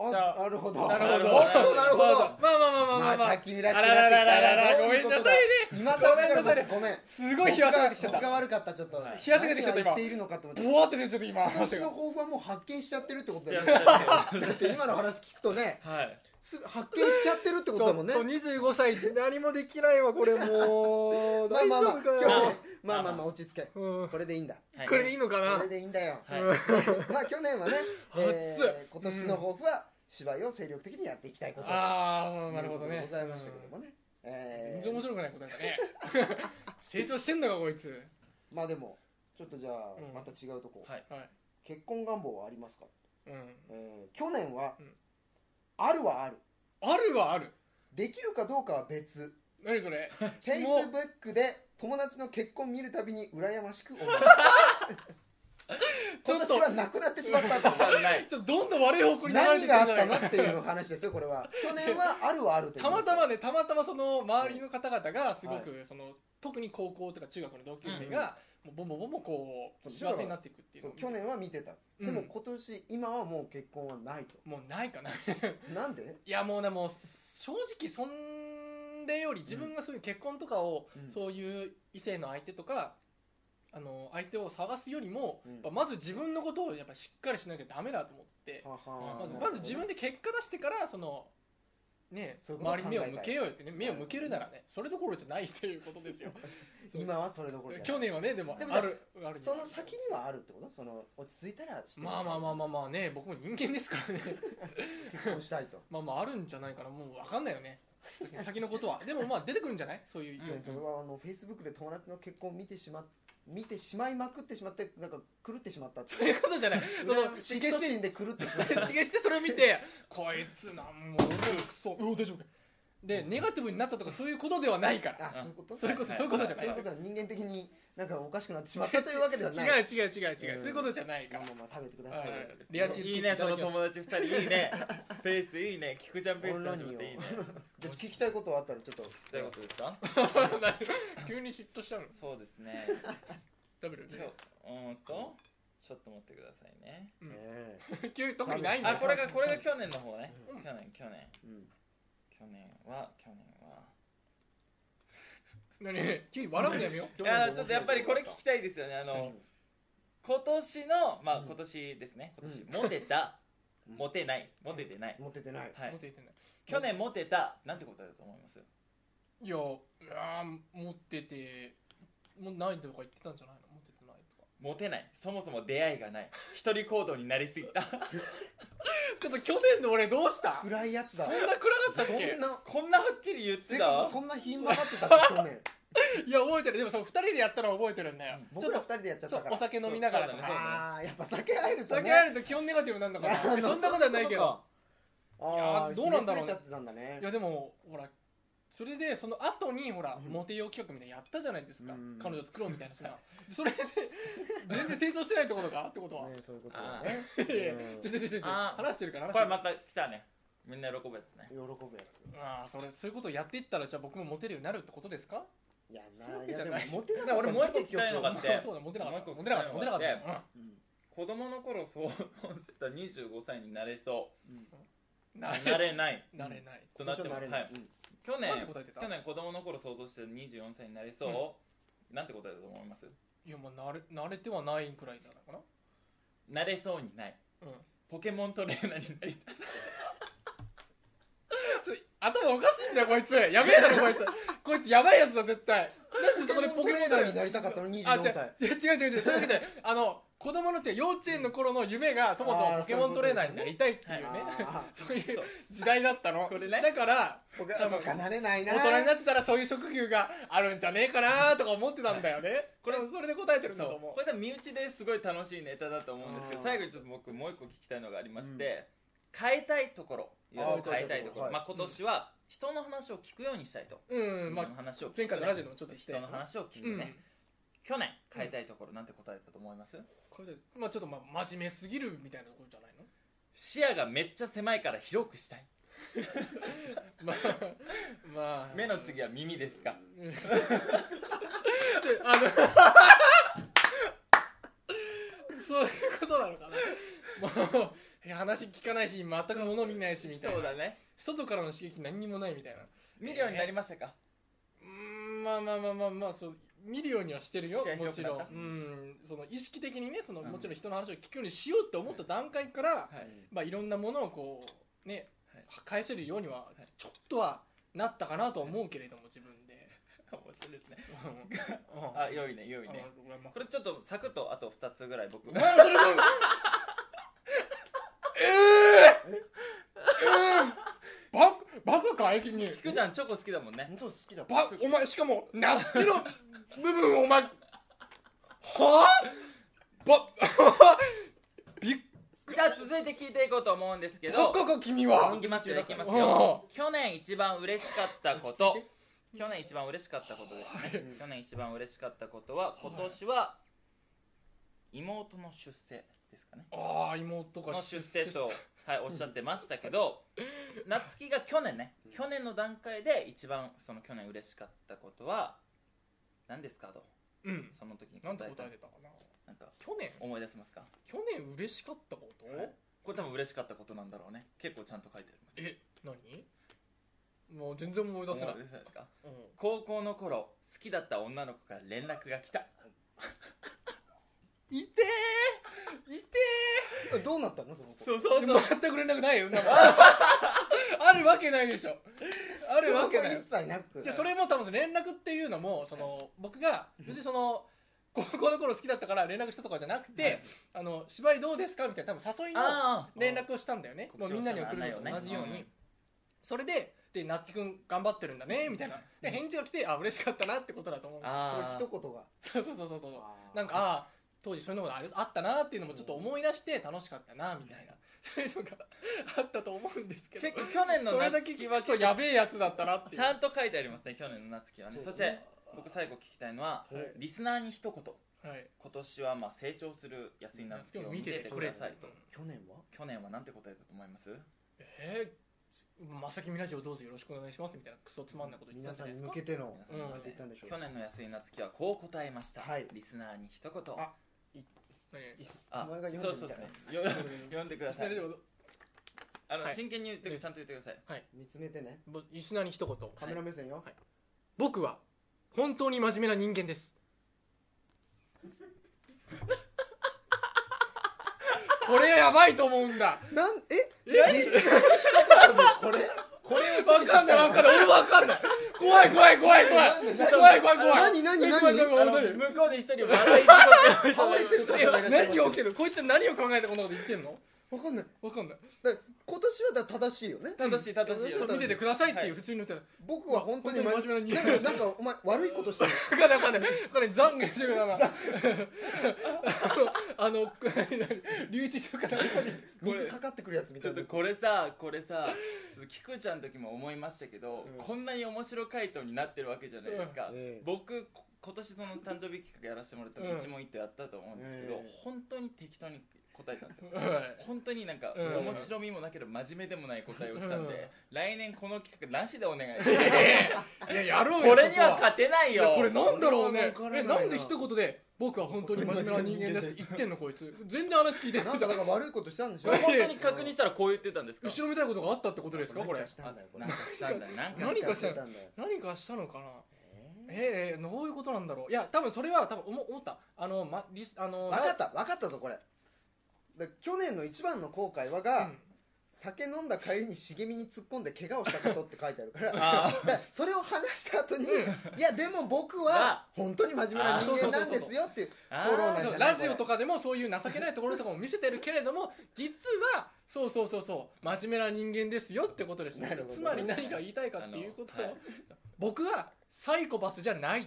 Speaker 2: あ
Speaker 3: じ ゃあ
Speaker 2: なるほど
Speaker 3: なるほど
Speaker 2: おっとなるほど
Speaker 3: まあまあまあまあまあまあ、
Speaker 2: さきみらしく
Speaker 3: あ
Speaker 2: な
Speaker 3: らら
Speaker 2: ってきた
Speaker 3: ら
Speaker 2: な
Speaker 3: ららら
Speaker 2: ど
Speaker 3: ご
Speaker 2: うい
Speaker 3: め
Speaker 2: うんこ
Speaker 3: な
Speaker 2: と
Speaker 3: さ
Speaker 2: だ
Speaker 3: いね
Speaker 2: 今更だから
Speaker 3: ごめ
Speaker 2: 僕ご
Speaker 3: んなさい
Speaker 2: めん
Speaker 3: すごい冷や汗が出てきちゃっ
Speaker 2: 僕が
Speaker 3: た
Speaker 2: 悪かったちょっと
Speaker 1: はい
Speaker 3: 冷や汗が出てきちゃっ
Speaker 2: 何を
Speaker 3: た今
Speaker 2: 言っているのかと思って
Speaker 3: ボワって出ちゃった今
Speaker 2: 今年の抱負はもう発見しちゃってるってことだよね
Speaker 1: は
Speaker 2: だって今の話聞くとね
Speaker 1: い
Speaker 2: すぐ発見しちゃってるってことだもんね
Speaker 3: ちょっと25歳って何もできないわこれもう
Speaker 2: まあ
Speaker 3: 大
Speaker 2: まあまあ
Speaker 3: 丈夫
Speaker 2: 今
Speaker 3: か
Speaker 2: 日はね
Speaker 3: な
Speaker 2: まあまあまあ落ち着け
Speaker 3: うん
Speaker 2: これでいいんだ
Speaker 1: はい
Speaker 3: これでいいのかな
Speaker 2: これでいいんだよ
Speaker 1: はい
Speaker 3: うん
Speaker 2: まあ去年 はね、え
Speaker 3: 熱
Speaker 2: ー、今年の抱負は芝居を精力的にやっていきたいこと
Speaker 3: ああ
Speaker 2: と
Speaker 3: なるほどね
Speaker 2: ございましたけどもね、
Speaker 3: うん
Speaker 2: え
Speaker 3: 全然面
Speaker 2: ー、
Speaker 3: 白くない答えだね成長してんのかこいつ
Speaker 2: まあでもちょっとじゃあ
Speaker 3: うん
Speaker 2: また違うとこ、
Speaker 1: はい
Speaker 3: はい
Speaker 2: 結婚願望はありますか、
Speaker 3: うん
Speaker 2: えー、去年は、
Speaker 3: うん
Speaker 2: あるはある
Speaker 3: あるはある
Speaker 2: できるかどうかは別
Speaker 3: 何そ れ
Speaker 2: Facebook で友達の結婚見るたびに羨まし く思う
Speaker 3: ちょ
Speaker 2: 今
Speaker 3: っと
Speaker 2: 年はなくなってしまったんです よ
Speaker 1: ない
Speaker 3: ちょっとどんどん悪い方向に流れて
Speaker 2: 何
Speaker 3: い
Speaker 2: があ
Speaker 3: く
Speaker 2: っ
Speaker 3: んじゃな
Speaker 2: たの
Speaker 3: いか
Speaker 2: っていう話ですよこれ は去年はあるはあると言
Speaker 3: た
Speaker 2: い
Speaker 3: ま
Speaker 2: す
Speaker 3: たまねたまたまその周りの方々がすごく、その特に高校とか中学の同級生が、もうボンボンボンボンこう幸せになっていくっていう
Speaker 2: そ
Speaker 3: の
Speaker 2: う
Speaker 3: を
Speaker 2: 去年は見てた、
Speaker 3: うん
Speaker 2: でも今年今はもう結婚はないと
Speaker 3: もうないかな
Speaker 2: なんで、
Speaker 3: いやもうねもう正直そんれより自分がそういう結婚とかを、そういう異性の相手とかあの相手を探すよりも、
Speaker 2: うん
Speaker 3: やっぱまず自分のことをやっぱしっかりしなきゃダメだと思って、
Speaker 2: はは
Speaker 3: まず
Speaker 1: うん
Speaker 3: まず自分で結果出してからそのね
Speaker 2: そういうことを
Speaker 3: 周りに目を
Speaker 2: 考えたい
Speaker 3: 向けようよってね目を向けるならねそれどころじゃないということですよ
Speaker 2: 今は それどころじゃない
Speaker 3: 去年はねでも
Speaker 2: でも
Speaker 3: あるある
Speaker 2: その先にはあるってことその落ち着いたらして
Speaker 3: まあまあまあ
Speaker 2: あ
Speaker 3: まあまあね僕も人間ですからね
Speaker 2: 結婚したいと
Speaker 3: まあまああるんじゃないかなもう分かんないよね先のことはでもまあ出てくるんじゃないそういう、
Speaker 1: うん
Speaker 2: いやそれはあのフェイスブックで友達の結婚を見てしま見てしまいまくってしまってなんか狂ってしまったって
Speaker 3: そういうことじゃない その
Speaker 2: 羨ま
Speaker 3: 決
Speaker 2: 嫉
Speaker 3: して
Speaker 2: 妬心で狂ってしまっ
Speaker 3: 刺激してそれを見てこいつなんもうクソうん大丈夫かでネガティブになったとかそういうことではないから
Speaker 2: たあそういうこと
Speaker 3: そういうこと
Speaker 1: はい
Speaker 3: そういうことじゃな
Speaker 2: そう
Speaker 3: い
Speaker 2: いうことは人間的になんかおかしくなってしまったというわけではない
Speaker 3: 違う違う違う違
Speaker 2: う
Speaker 3: う
Speaker 2: ん
Speaker 3: そういうことじゃないか
Speaker 2: まあ
Speaker 3: ら
Speaker 2: まあまあ食べてください
Speaker 3: はい
Speaker 2: よ
Speaker 3: レアチーズ
Speaker 1: いいねその友達二人いいねペースいいね菊ちゃんペース出してもらっていいね
Speaker 2: じゃあ聞きたいことあったらちょっと聞き
Speaker 1: そういうことですか
Speaker 3: 急に嫉妬しちゃうの
Speaker 1: そうですね
Speaker 3: 食べる
Speaker 1: そううーんとちょっと待ってくださいね
Speaker 3: うん
Speaker 2: え
Speaker 3: 急に特にないんだ
Speaker 1: あ
Speaker 3: よ
Speaker 1: これがこれが去年の方ね、
Speaker 3: うん
Speaker 1: 去年去年
Speaker 2: えうん
Speaker 1: 去年は去年は
Speaker 3: 何何急に笑うのやめよ
Speaker 1: いやーちょっとやっぱりこれ聞きたいですよねあ
Speaker 2: う
Speaker 1: の、
Speaker 2: ん
Speaker 1: 今年のま
Speaker 2: う
Speaker 1: あ
Speaker 2: ん
Speaker 1: 今年ですね今年、
Speaker 2: う
Speaker 1: モテた
Speaker 2: うん
Speaker 1: モテないモテてない、
Speaker 2: モテてない。
Speaker 1: はい
Speaker 3: うもっと言ってない
Speaker 1: 去年モテたなんてことだと思います
Speaker 3: いやいや持っててもうないとか言ってたんじゃないの持っててないとか
Speaker 1: モテないそもそも出会いがない一人行動になりすぎた
Speaker 3: ちょっと去年の俺どうした
Speaker 2: 暗いやつ
Speaker 3: そ
Speaker 2: だ
Speaker 3: ん。な暗かったっ
Speaker 2: そ
Speaker 3: け
Speaker 2: んな
Speaker 1: こんなはっきり言って
Speaker 2: 性
Speaker 1: た
Speaker 2: 格そんなひん曲がってたっけ去年。
Speaker 3: いや覚えてるでもその2人でやったのは覚えてるんだよ、ち
Speaker 2: 僕
Speaker 3: ょっ
Speaker 2: ら二
Speaker 3: と
Speaker 2: 人でやっちゃっ
Speaker 3: そ
Speaker 2: た
Speaker 3: う
Speaker 2: から
Speaker 3: お酒飲みながらと
Speaker 1: そう
Speaker 3: か
Speaker 1: そうだね
Speaker 2: ああやっぱ酒入るとね
Speaker 3: 酒入ると基本ネガティブなんだから
Speaker 2: いや
Speaker 3: そんなことはないけど
Speaker 2: あ
Speaker 3: や
Speaker 2: あ
Speaker 3: どうなんだろ
Speaker 2: ひねくれ
Speaker 3: うね
Speaker 2: ちゃってたんだね
Speaker 3: いやでもほらそれでその後にほら、
Speaker 2: うん
Speaker 3: モテよう企画みたいなのやったじゃないですか、
Speaker 2: うん
Speaker 3: 彼女作ろうみたいなそんなそれで全然成長してないってことかってことは、
Speaker 2: ねそういうことだね
Speaker 3: いやいや
Speaker 2: うん
Speaker 3: ちょちょちょちょ
Speaker 1: あー
Speaker 3: 話してるから話し
Speaker 1: これ
Speaker 3: てる
Speaker 1: また来たねみんな喜ぶやつね
Speaker 2: 喜ぶやつ
Speaker 3: ああそれそういうことをやっていったらじゃあ僕もモテるようになるってことですか
Speaker 2: いや
Speaker 3: そういう
Speaker 2: な
Speaker 3: わ
Speaker 2: い
Speaker 3: けじ
Speaker 2: や
Speaker 3: ゃ
Speaker 2: で
Speaker 3: な
Speaker 2: も
Speaker 3: い
Speaker 2: モテなかっ
Speaker 1: いや
Speaker 2: た
Speaker 1: 俺もう一個聞きたいのがあって
Speaker 3: そうだモテなかった
Speaker 1: もう一個
Speaker 3: モテなかったモ
Speaker 1: モ
Speaker 3: テ
Speaker 1: テな
Speaker 3: な
Speaker 1: か
Speaker 3: かっ
Speaker 1: ったた
Speaker 3: よ、
Speaker 2: うん
Speaker 1: 子供の頃想像してた25歳になれそ
Speaker 2: うん
Speaker 3: う、
Speaker 1: うんな
Speaker 3: なれ
Speaker 1: れない
Speaker 3: なれない、
Speaker 1: となって
Speaker 2: も
Speaker 1: ま
Speaker 2: あ
Speaker 1: す
Speaker 2: れ
Speaker 1: は
Speaker 2: ない
Speaker 1: い
Speaker 2: うん
Speaker 1: 去
Speaker 3: なんて
Speaker 1: 年
Speaker 3: 答えてた
Speaker 1: 去年子供の頃想像してた24歳になれそう、なんて答えだと思います
Speaker 3: いやまあ慣れ慣れてはないくらいなのかな
Speaker 1: なれそうにない
Speaker 3: うん
Speaker 1: ポケモントレーナーになりたい
Speaker 3: ちょ頭おかしいんだよこいつやべえだろこいつこいつやばいやつだ絶対なんでそこでポ
Speaker 2: ポ
Speaker 3: ケ
Speaker 2: ケモ
Speaker 3: モン
Speaker 2: ントレー
Speaker 3: だ
Speaker 2: ナ
Speaker 3: よ
Speaker 2: ーになりたかったの24
Speaker 3: あ違う
Speaker 2: 歳
Speaker 3: 違う違う違う違うそういうわけじゃないあの子供の違う幼稚園の頃の夢がそもそ
Speaker 2: あ
Speaker 3: も
Speaker 2: ー
Speaker 3: ポケモントレーナーになりたいっていうね
Speaker 2: あ
Speaker 3: そういう時代だったの
Speaker 1: これね
Speaker 3: だから
Speaker 2: ーポ ケあそうかなれないな
Speaker 3: 大人になってたらそういう職業があるんじゃねえかなとか思ってたんだよね
Speaker 1: こ
Speaker 3: これ
Speaker 1: れ
Speaker 3: それで答えてるん
Speaker 1: そ
Speaker 3: だと
Speaker 1: う
Speaker 3: 思
Speaker 1: これでも身内ですごい楽しいネタだと思うんですけ
Speaker 2: あ
Speaker 1: ど
Speaker 2: ー
Speaker 1: 最後にちょっと僕もう一個聞きたいのがありまして、変えたいところいろいろ変えたいところ
Speaker 2: あー変えたいところ
Speaker 1: まあ、今年は人の話を聞くようにしたいと、
Speaker 3: ううんま
Speaker 1: 人の
Speaker 3: あ
Speaker 1: 話を聞く
Speaker 3: 前回のラジオでもちょっと聞きたい
Speaker 1: 人の
Speaker 3: ですね
Speaker 1: 話を聞
Speaker 3: う
Speaker 1: く
Speaker 3: ん
Speaker 1: ね、去年変えたいところなんて答えたと思います、
Speaker 3: これでまあちょっとまあ真面目すぎるみたいなことじゃないの
Speaker 1: 視野がめっちゃ狭いから広くしたい
Speaker 3: まあ まあ
Speaker 1: 目の次は耳ですか
Speaker 3: うんちょあのそういうことなのかなもういや話聞かないし全く物見ないしみたいな
Speaker 1: そうだね
Speaker 3: 外からの刺激何にもないみたいな
Speaker 1: 見るようになりましたか、
Speaker 3: うーんまあまあまあまあまあそう見るようにはしてるよ
Speaker 1: 視野
Speaker 3: も
Speaker 1: 広
Speaker 3: ち
Speaker 1: くな
Speaker 3: ろ
Speaker 1: っ
Speaker 3: ん
Speaker 1: た
Speaker 3: うんその意識的にねその、
Speaker 1: うん
Speaker 3: もちろん人の話を聞くようにしようって思った段階から、
Speaker 1: はい
Speaker 3: まあ、いろんなものをこうね、
Speaker 1: はい
Speaker 3: 返せるようにはちょっとはなったかなとは思うけれども自分で。
Speaker 1: 面白いですね
Speaker 3: うん
Speaker 1: あ良いね良いね
Speaker 3: あまあ
Speaker 1: これちょっとサクッとあと2つぐらい僕
Speaker 3: お
Speaker 1: が
Speaker 3: 前はそれが えー、えー、ババカか君に
Speaker 1: 菊ちゃんチョコ好きだもんね
Speaker 2: 本当好きだ
Speaker 3: バお前しかも夏の部分をお前はあばびっ
Speaker 1: じゃあ続いて聞いていこうと思うんですけ
Speaker 3: バ
Speaker 1: ど
Speaker 3: カか君
Speaker 1: い
Speaker 3: は
Speaker 1: きますよいきます
Speaker 3: お
Speaker 1: よ去年一番嬉しかったこと去年一番嬉しかったことです
Speaker 3: はい
Speaker 1: 去年一番嬉しかったことは今年は妹の出世ですかね
Speaker 3: ああ妹が
Speaker 1: の出世と、はい、おっしゃってましたけ ど夏希が去年ね去年の段階で一番その去年嬉しかったことは何ですかと
Speaker 3: うん
Speaker 1: その時に
Speaker 3: な
Speaker 1: 答
Speaker 3: んて
Speaker 1: えた
Speaker 3: 答えてたかな
Speaker 1: なんか
Speaker 3: 去年
Speaker 1: 思い出せますか
Speaker 3: 去年嬉しかったこと、
Speaker 1: はいこれ多分嬉しかったことなんだろうね結構ちゃんと書いてあります
Speaker 3: え何もう全然思い出せない
Speaker 1: 思い出せないですか
Speaker 3: うん
Speaker 1: 高校の頃好きだった女の子から連絡が来た
Speaker 3: いてーいて
Speaker 2: どうなったのその子
Speaker 1: うそう
Speaker 3: ー全く連絡ないよそんなもんあるわけないでしょあ
Speaker 2: あ
Speaker 3: るわけない
Speaker 2: 一切なく
Speaker 3: じゃあそれも多分連絡っていうのもその僕が別にその高校の頃好きだったから連絡したとかじゃなくて、
Speaker 1: はい
Speaker 3: あの芝居どうですかみたいな多分誘いの
Speaker 1: ああ
Speaker 3: 連絡をしたんだよねもうみんなに送るのと同じように、それでで夏樹君頑張ってるんだねみたいなで返事が来てあ嬉しかったなってことだと思う
Speaker 1: あ
Speaker 2: その一言が
Speaker 3: そうそうそうそうそう
Speaker 2: あー
Speaker 3: なんかああ当時そういうのがあれあったなっていうのもちょっと思い出して楽しかったなみたいなそういうのがあったと思うんですけ
Speaker 1: あ
Speaker 3: ど
Speaker 1: 結構去年の
Speaker 3: それだ
Speaker 1: 夏
Speaker 3: け
Speaker 1: 希
Speaker 3: 聞
Speaker 1: は
Speaker 3: くとやべえやつだったなってい
Speaker 1: ち
Speaker 3: う
Speaker 1: ゃんと書いてありますね去年の夏希はね
Speaker 2: そう
Speaker 1: そ
Speaker 2: で
Speaker 1: し
Speaker 2: す
Speaker 1: て
Speaker 2: ね
Speaker 1: 僕最後聞きたいのは
Speaker 2: はい
Speaker 1: リスナーに一言
Speaker 3: はい
Speaker 1: 今年はまあ成長する安井夏希を見ててくださいと
Speaker 2: 去年は
Speaker 1: 去年はなんて答えたと思います
Speaker 3: えー、まさきみラジオどうぞよろしくお願いしますみたいなクソつまんないこと言っ
Speaker 2: 皆
Speaker 3: てたじ
Speaker 2: さ
Speaker 3: ゃ
Speaker 2: ん
Speaker 3: ないで
Speaker 2: に
Speaker 3: す
Speaker 2: 向
Speaker 3: か
Speaker 2: けて
Speaker 1: 皆
Speaker 2: の
Speaker 1: さんに向
Speaker 2: なんて
Speaker 1: け
Speaker 2: 言ってたんでしょう
Speaker 1: 去年の安井夏希はこう答えました
Speaker 2: はい
Speaker 1: リスナーに一言
Speaker 2: あ
Speaker 3: ね
Speaker 1: あ
Speaker 2: お前が読んで
Speaker 1: そうそうですねよ読んでください
Speaker 3: でも
Speaker 1: あの
Speaker 3: はい
Speaker 1: 真剣に言ってちゃんと言ってください
Speaker 2: 見つめてね
Speaker 3: ぼリスナーに一言
Speaker 2: カメラ目線よ
Speaker 3: はい僕は本当に真面目な人間ですこれやばいと思うんだ
Speaker 2: なんえ
Speaker 3: え
Speaker 2: リスナーに一言でこれこれを
Speaker 3: わかんないわかんない俺わかんない怖い怖い怖い怖い怖い怖い怖
Speaker 2: 何
Speaker 3: い
Speaker 2: 何何
Speaker 3: 怖い怖い怖い
Speaker 1: あ
Speaker 3: 怖い
Speaker 1: の向こうで一人笑い事を言ってる人がいます
Speaker 2: 倒れてる方
Speaker 3: いや
Speaker 2: がいらっしゃい
Speaker 3: 何が起きてるこいつ何を考えてこんなこと言ってんの
Speaker 2: わかんない
Speaker 3: わかんない
Speaker 2: だから今年はだから正しいよね
Speaker 1: 正しい正しい
Speaker 3: ちょっと見ててくださいっていう普通に言ったら
Speaker 2: 僕は本当に
Speaker 3: 本当に真面目な
Speaker 2: だ
Speaker 3: 人
Speaker 2: からなんかお前悪いことしたの
Speaker 3: わかんないわかんない これ懺悔してくだなあのあの留置所から
Speaker 1: これ
Speaker 2: 水かかってくるやつみ
Speaker 1: ち
Speaker 2: た
Speaker 1: ょっ
Speaker 2: いな
Speaker 1: とこれさこれさちょっと菊ちゃんの時も思いましたけど、
Speaker 2: うん
Speaker 1: こんなに面白回答になってるわけじゃないですか、
Speaker 2: ええ
Speaker 1: 僕こ今年その誕生日企画やらせてもらった
Speaker 3: うん
Speaker 1: 一問一答やったと思うんですけど、
Speaker 2: ええ
Speaker 1: 本当に適当に答えたんですよ
Speaker 3: はい
Speaker 1: 本当になんか、
Speaker 3: うん
Speaker 1: 面白みもなければ真面目でもない答えをしたんで、
Speaker 3: うん
Speaker 1: 来年この企画なしでお願いします
Speaker 3: いややろう
Speaker 1: こ
Speaker 3: よ
Speaker 1: れには
Speaker 3: そこ
Speaker 1: 勝てない
Speaker 3: い
Speaker 1: よ
Speaker 3: やこれなんだろうね
Speaker 2: これは分からな
Speaker 3: え
Speaker 2: いな
Speaker 3: なんで一言で僕は本当に真面目な人間ですって言ってんのこいつ全然話聞いてな
Speaker 2: ないんかだから悪いことしたんでしょ
Speaker 3: これ
Speaker 1: 本当に確認したらこう言ってたんですか
Speaker 3: 後ろめたいことがあったってことですかこ
Speaker 2: な
Speaker 3: れ
Speaker 2: んした
Speaker 1: あ
Speaker 2: んだよこれ
Speaker 1: なんかしたんだなんか
Speaker 3: 何かした
Speaker 2: んだよ
Speaker 3: 何かしたのかな
Speaker 2: え
Speaker 3: えーえーどういうことなんだろういや多分それは多分思思ったあの、ま、リスあの
Speaker 2: ーわかったわかったぞこれだから去年の一番の後悔はが、
Speaker 3: うん
Speaker 2: 酒飲んだ帰りに茂みに突っ込んで怪我をしたことって書いてある から
Speaker 1: あー
Speaker 2: だからそれを話した後にいやでも僕は本当に真面目な人間なんですよっていう
Speaker 1: あ
Speaker 2: フォローなん
Speaker 1: ー
Speaker 2: じゃ
Speaker 3: そう
Speaker 2: ない
Speaker 3: ラジオとかでもそういう情けないところとかも見せてるけれども 実はそうそうそうそう真面目な人間ですよってことです
Speaker 2: なるほど
Speaker 3: つまり何が言いたいかっていうことを、
Speaker 1: あのはい
Speaker 3: 僕はサイコパスじゃない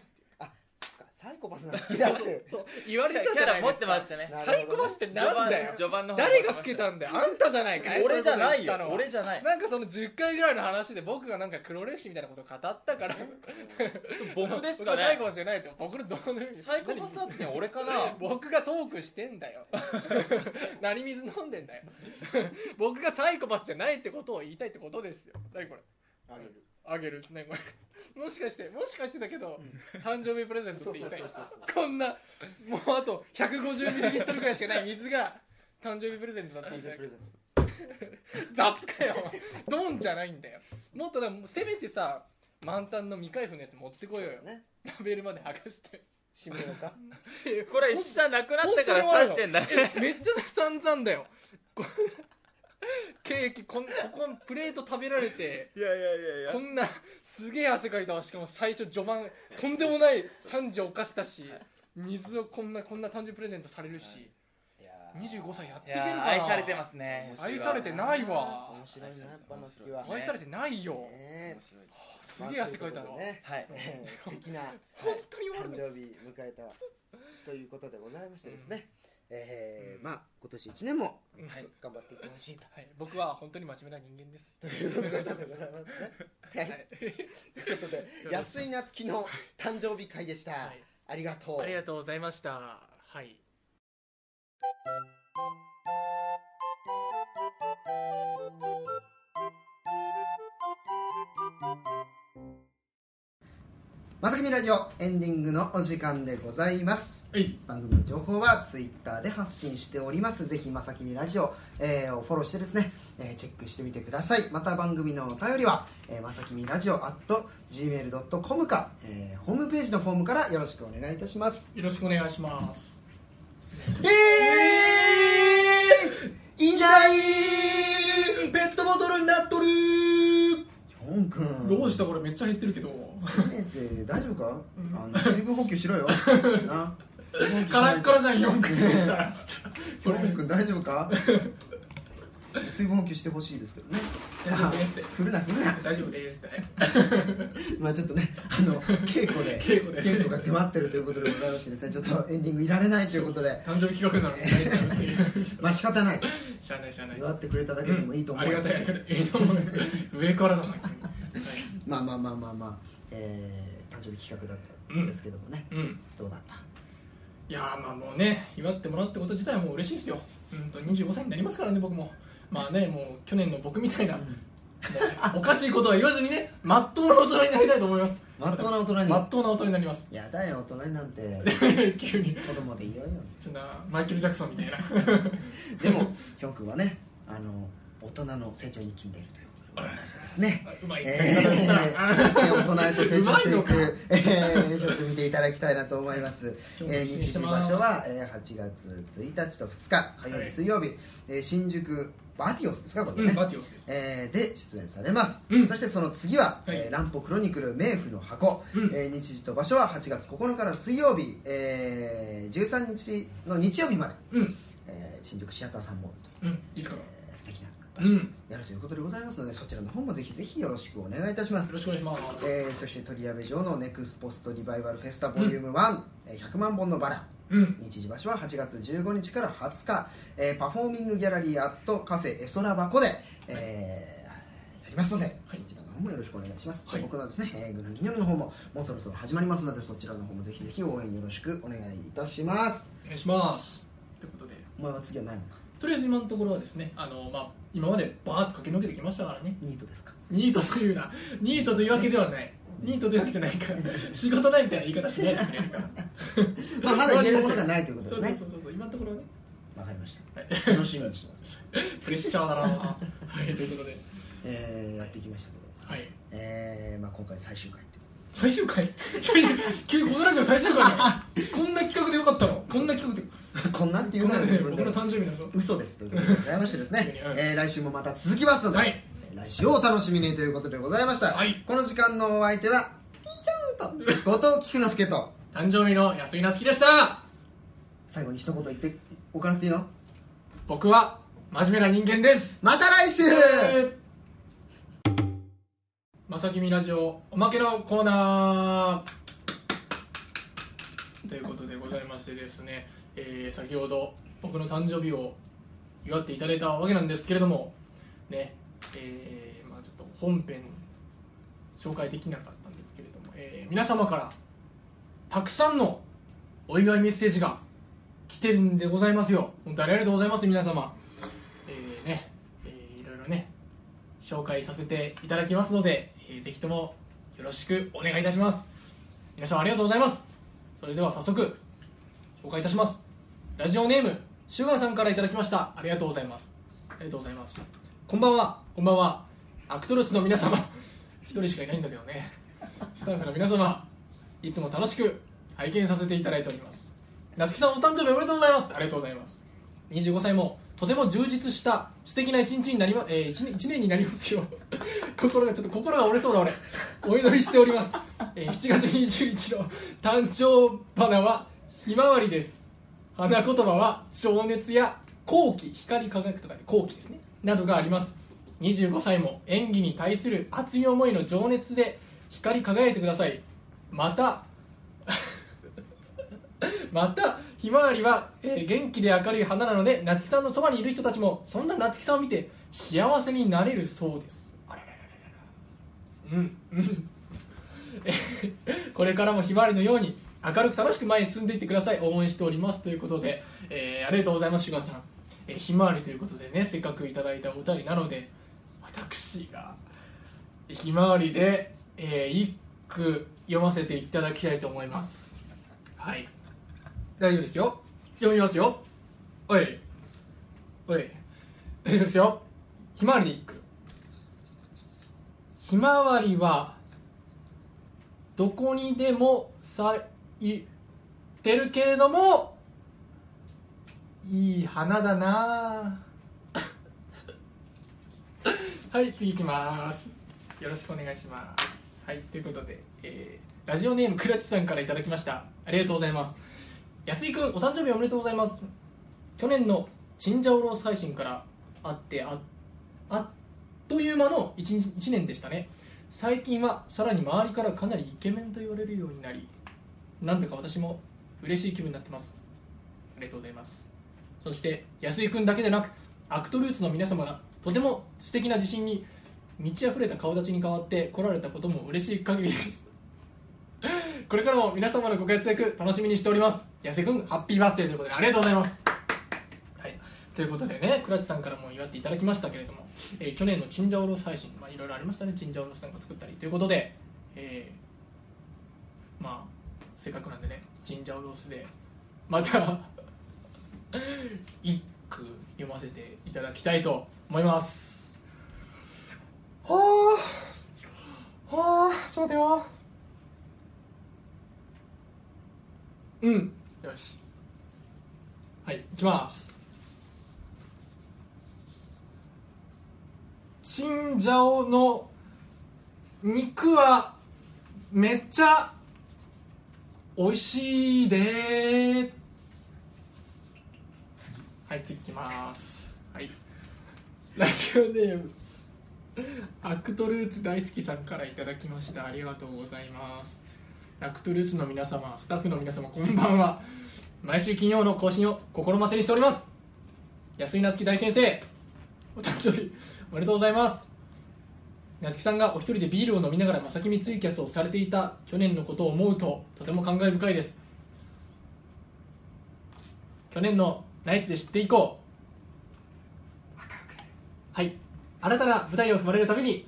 Speaker 2: サイコパスなん好きだっ
Speaker 3: そう
Speaker 2: て
Speaker 3: そう言われた
Speaker 1: キ
Speaker 3: じゃ
Speaker 1: ャ
Speaker 3: な
Speaker 1: ラ
Speaker 3: い
Speaker 1: 持っ
Speaker 3: です
Speaker 1: て
Speaker 3: か
Speaker 1: ましたね
Speaker 2: なるほど
Speaker 3: サイコパスってなんだよ
Speaker 1: 序盤の方
Speaker 3: 誰がつけたんだよあんたじゃないかい
Speaker 1: 俺じゃないよ
Speaker 3: そううこと言
Speaker 1: 俺
Speaker 3: っ
Speaker 1: じゃな
Speaker 3: た
Speaker 1: い
Speaker 3: のなんかその10回ぐらいの話で僕がなんか黒歴史みたいなこと語ったから
Speaker 1: 僕です
Speaker 3: 僕
Speaker 1: か
Speaker 3: はサ
Speaker 1: ね
Speaker 3: イコパスじゃないと僕のどうのように
Speaker 1: サイコパスだってね俺か な
Speaker 3: 僕がトークしてん だよ何水飲んでんだよ 僕がサイコパスじゃないってことを言いたいってことですよ何これ
Speaker 2: あげる
Speaker 3: あげる何これ もしかしてもしかしてだけど、誕生日プレゼント
Speaker 2: そ
Speaker 3: っ
Speaker 2: う
Speaker 3: て
Speaker 2: そ
Speaker 3: 言
Speaker 2: う
Speaker 3: いた
Speaker 2: そう
Speaker 3: い
Speaker 2: そうそう
Speaker 3: こんなもうあと150ミリリットルぐらいしかない水が誕生日プレゼントだって言いたい
Speaker 2: プレゼン
Speaker 3: 雑かよドンじゃないんだよもっとだからせめてさ満タンの未開封のやつ持ってこようよ
Speaker 2: トね
Speaker 3: ラベルまで剥がして
Speaker 2: 締めようか
Speaker 1: これ下なくなったから刺してんだ
Speaker 3: え めっちゃ散々だよ こんなケーキこんここプレート食べられて
Speaker 1: いやいやいや
Speaker 3: こんなすげえ汗かいたわしかも最初序盤とんでもない惨事を犯したし水をこんなこんな誕生日プレゼントされるし25歳やっていけるかな
Speaker 1: 愛されてますね
Speaker 3: 愛されてないわ
Speaker 2: 面白いなやっぱ夏希は
Speaker 1: ね
Speaker 3: 愛されてないよ、
Speaker 2: ね
Speaker 3: すげえ汗かいたの、
Speaker 2: ね
Speaker 1: はい
Speaker 2: えー素敵な
Speaker 3: 本当に終わ
Speaker 2: 誕
Speaker 3: る
Speaker 2: 生日迎えたということでございましてですね、えーまあ今年1年も
Speaker 3: うんはい
Speaker 2: 頑張っていってほしいと
Speaker 3: はい、僕は本当に真面目な人間です。
Speaker 2: ということでございますね。はい
Speaker 3: はい、
Speaker 2: ということで安井夏樹の誕生日会でした、
Speaker 3: はい
Speaker 2: ありがとう
Speaker 3: ありがとうございました。はい。
Speaker 2: まさきみラジオエンディングのお時間でございます
Speaker 3: はい、
Speaker 2: 番組の情報はツイッターで発信しておりますぜひまさきみラジオ、えーをフォローしてですね、えーチェックしてみてくださいまた番組のお便りは、えー、まさきみラジオ at gmail.com か、えーホームページのフォームからよろしくお願いいたします
Speaker 3: よろしくお願いします。
Speaker 2: えー、いない
Speaker 3: ペットボトルになっとるー。
Speaker 2: ヒョン君
Speaker 3: どうしたこれめっちゃ減ってるけど。
Speaker 2: せめて大丈夫か、あの水分補給し ろよな水分補給しないと
Speaker 3: カラッカラじゃん、四駆でしたら。
Speaker 2: ヒョン君大丈夫か水分補給してほしいですけど ね
Speaker 3: 大丈夫ですって
Speaker 2: あ振るな振るな
Speaker 3: 大丈夫ですって。
Speaker 2: まあちょっとねあの稽古で
Speaker 3: 稽古で
Speaker 2: 稽古が迫ってるということでございましてですねちょっとエンディングいられないということで
Speaker 3: 誕生日企画なのに減っちゃうっていう。
Speaker 2: まあ仕方ない
Speaker 3: 知らない知らない。
Speaker 2: 祝ってくれただけでもいいと思う、
Speaker 3: ありがたいありがたい。いいと思う。上からだな。はい
Speaker 2: まあまあまあまあまあ、えー、誕生日企画だったんですけどもね、
Speaker 3: うん。
Speaker 2: どうだった
Speaker 3: いやーまあもうね祝ってもらうってこと自体はもう嬉しいですよ、うん、と25歳になりますからね僕もまあねもう去年の僕みたいな、もうおかしいことは言わずにねまっとうな大人になりたいと思います
Speaker 2: まっとうな大人に
Speaker 3: まっとうな大人になります
Speaker 2: やだよ大人になんて
Speaker 3: 急に
Speaker 2: 子供でいようよ
Speaker 3: そんなマイケル・ジャクソンみたいな
Speaker 2: でもヒョン君はねあの大人の成長に近んでいるということでございましてですね
Speaker 3: うまいっす
Speaker 2: え
Speaker 3: ね、言い方したら
Speaker 2: ー、大人へと成長して
Speaker 3: うまいの
Speaker 2: い
Speaker 3: か
Speaker 2: く、えー、ちょっと見ていただきたいなと思います、え
Speaker 3: 今日も
Speaker 2: ー、
Speaker 3: 一緒に
Speaker 2: 日
Speaker 3: して
Speaker 2: 時
Speaker 3: ま
Speaker 2: 場
Speaker 3: す
Speaker 2: 所は、えー、8月1日と2日火曜
Speaker 3: は
Speaker 2: 日
Speaker 3: い
Speaker 2: 水曜日、えー新宿バティオスですかこ
Speaker 3: う
Speaker 2: れね、
Speaker 3: んバティオスです
Speaker 2: えーで出演されます、
Speaker 3: うん
Speaker 2: そしてその次は「
Speaker 3: はい
Speaker 2: えー、乱歩クロニクル冥府の箱」
Speaker 3: うん
Speaker 2: えー日時と場所は8月9日から水曜日、えー13日の日曜日まで
Speaker 3: うん
Speaker 2: えー新宿シアターサンモールと、
Speaker 3: うんいつか
Speaker 2: えー素敵な場
Speaker 3: うん
Speaker 2: 所を
Speaker 3: よ
Speaker 2: やるということでございますので、そちらの方もぜひぜひよろしくお願いいたします
Speaker 3: ろしくお願いします
Speaker 2: えーそして鳥矢部城のネクスポストリバイバルフェスタボリューム1、えー100万本のバラ
Speaker 3: うん
Speaker 2: 日時場所は8月15日から20日、えーパフォーミングギャラリーアットカフェエソラ箱で、えーやりますので、こちらの方もよろしくお願いします、
Speaker 3: はい
Speaker 2: で僕のですね、えー、グランギニョルの方ももうそろそろ始まりますのでそちらの方もぜひぜひ応援よろしくお願いいたします
Speaker 3: お願いしますということで
Speaker 2: お前は次はないのか
Speaker 3: とりあえず今のところはですねあの、まあ、今までバーッと駆け抜けてきましたからね
Speaker 2: ニートですか
Speaker 3: ニートというなニートというわけではないニートというわけじゃないから仕事ないみたいな言い方しないでくれるから
Speaker 2: まあまだ言えることがないということで
Speaker 3: そ
Speaker 2: す
Speaker 3: うそう
Speaker 2: ね
Speaker 3: そうそう今のところはね
Speaker 2: わかりまし
Speaker 3: はい
Speaker 2: た楽しみにして ます、
Speaker 3: プレッシャーだなはいということで
Speaker 2: えーやってきましたけど、
Speaker 3: はい
Speaker 2: えーまあ、今回最終回という
Speaker 3: 最終回最終急にこのラジオ最終回なのこんな企画でよかったのこんな企画 で
Speaker 2: ことでこんなんって言
Speaker 3: こ
Speaker 2: うんなら
Speaker 3: なん
Speaker 2: 自
Speaker 3: で
Speaker 2: 分
Speaker 3: 僕
Speaker 2: で
Speaker 3: の誕生日なんだぞ、
Speaker 2: 嘘ですということでございましてですね
Speaker 3: うん
Speaker 2: えー来週もまた続きますので、
Speaker 3: はい
Speaker 2: えー来週をお楽しみにということでございました、
Speaker 3: はい
Speaker 2: この時間のお相手はピショーと後藤菊之助と
Speaker 3: 誕生日の安井夏樹でした
Speaker 2: 最後に一言言っておかなくていいの
Speaker 3: 僕は真面目な人間です
Speaker 2: また来週
Speaker 3: まさきみラジオおまけのコーナーということでございましてですね、えー先ほど僕の誕生日を祝っていただいたわけなんですけれどもねえーまあちょっと本編紹介できなかったんですけれども、えー皆様からたくさんのお祝いメッセージが来てるんでございますよ本当にありがとうございます皆様えーね、えーいろいろね紹介させていただきますので、えーぜひともよろしくお願いいたします皆さんありがとうございますそれでは早速紹介いたしますラジオネームシュガーさんからいただきましたありがとうございますありがとうございますこんばんはこんばんはアクトルスの皆様一人しかいないんだけどねスタッフの皆様いつも楽しく拝見させていただいております夏希さんお誕生日おめでとうございますありがとうございます25歳もとても充実した素敵な一日になりま、えー、一年一年になりますよ 心がちょっと心が折れそうだ俺お祈りしております、えー、7月21日の誕生花はひまわりです花言葉は情熱や好奇光り輝くとかで好奇ですねなどがあります25歳も演技に対する熱い思いの情熱で光り輝いてくださいまたまたひまわりは、えー元気で明るい花なので夏木さんのそばにいる人たちもそんな夏木さんを見て幸せになれるそうですあららららららうん うんこれからもひまわりのように明るく楽しく前に進んでいってください応援しておりますということで、えーありがとうございますシュガーさん、えーひまわりということでねせっかくいただいたお便りなので私がひまわりで、えー一句読ませていただきたいと思いますはい大丈夫ですよ読みますよおいおい大丈夫ですよひまわりで一句ひまわりはどこにでも咲いてるけれどもいい花だなあはい次いきますよろしくお願いしますはいということで、えーラジオネームくらちさんからいただきましたありがとうございます安井君お誕生日おめでとうございます去年のチンジャオロース配信からあってああっという間の 1, 日一年でしたね最近はさらに周りからかなりイケメンと言われるようになりなんだか私も嬉しい気分になってますありがとうございますそして安井君だけでなくアクトルーツの皆様がとても素敵な自信に満ち溢れた顔立ちに変わって来られたことも嬉しい限りですこれからも皆様のご活躍楽しみにしております安井君ハッピーバースデーということでありがとうございますはい、ということでね、倉地さんからも祝っていただきましたけれども、えー去年のチンジャオロース配信、まあ、いろいろありましたね、チンジャオロースさんが作ったりということで、えーまあ、せっかくなんでね、チンジャオロースで、また 一句読ませていただきたいと思います。はあ、はあ、ちょっと待てよ。うん、よし。はい、いきます。チンジャオの肉はめっちゃ美味しいではい次いきますはいラジオネームアクトルーツ大好きさんからいただきましたありがとうございますアクトルーツの皆様スタッフの皆様こんばんは毎週金曜の更新を心待ちにしております安井夏樹大先生お誕生日おめでとうございます夏樹さんがお一人でビールを飲みながらまさきみツイキャスをされていた去年のことを思うととても感慨深いです去年のナイツで知っていこうはい新たな舞台を踏まれるたびに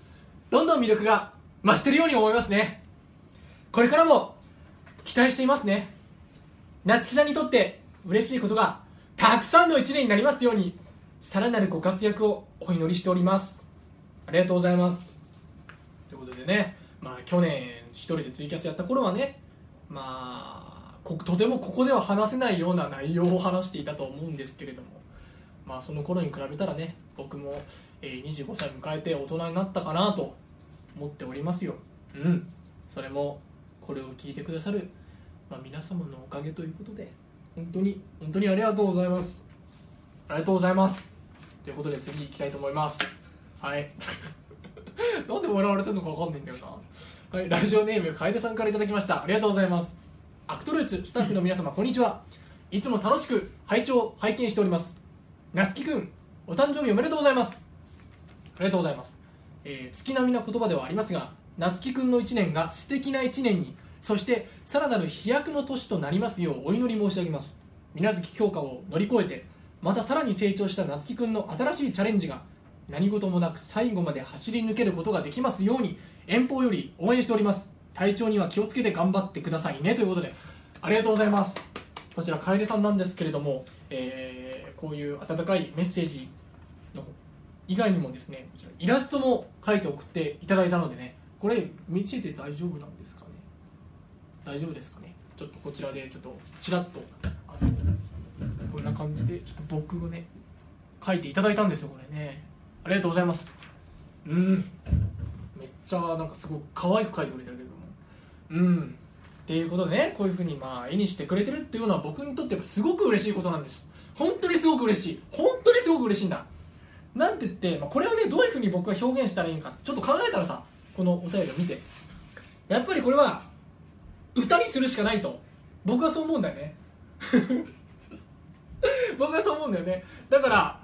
Speaker 3: どんどん魅力が増してるように思いますねこれからも期待していますね夏木さんにとって嬉しいことがたくさんの一年になりますようにさらなるご活躍をお祈りしておりますありがとうございますということでねまあ去年一人でツイキャスやった頃はねまあことてもここでは話せないような内容を話していたと思うんですけれどもまあその頃に比べたらね僕も、えー25歳迎えて大人になったかなと思っておりますようんそれもこれを聞いてくださる、まあ、皆様のおかげということで本当に本当にありがとうございますありがとうございますということで次行きたいと思いますはい なんで笑われてるのか分かんないんだよなはいラジオネーム楓さんからいただきましたありがとうございますアクトルーツスタッフの皆様こんにちはいつも楽しく拝聴拝見しておりますなつきくんお誕生日おめでとうございますありがとうございます、えー月並みな言葉ではありますが夏樹くんの1年が素敵な1年にそしてさらなる飛躍の年となりますようお祈り申し上げます水無月強化を乗り越えてまたさらに成長した夏樹くんの新しいチャレンジが何事もなく最後まで走り抜けることができますように遠方より応援しております体調には気をつけて頑張ってくださいねということでありがとうございますこちら楓さんなんですけれども、えーこういう温かいメッセージの以外にもですねこちらイラストも書いて送っていただいたのでねこれ見せて大丈夫なんですかね大丈夫ですかねちょっとこちらでちょっとちらっとあのこんな感じでちょっと僕をね書いていただいたんですよこれねありがとうございますうんめっちゃなんかすごく可愛く書いてくれてるけれどもうんっていうことでねこういうふうにまあ絵にしてくれてるっていうのは僕にとってやっぱすごく嬉しいことなんです本当にすごく嬉しい本当にすごく嬉しいんだなんて言って、まあ、これをねどういうふうに僕が表現したらいいのかちょっと考えたらさこのお便りを見てやっぱりこれは歌にするしかないと僕はそう思うんだよね 僕はそう思うんだよねだから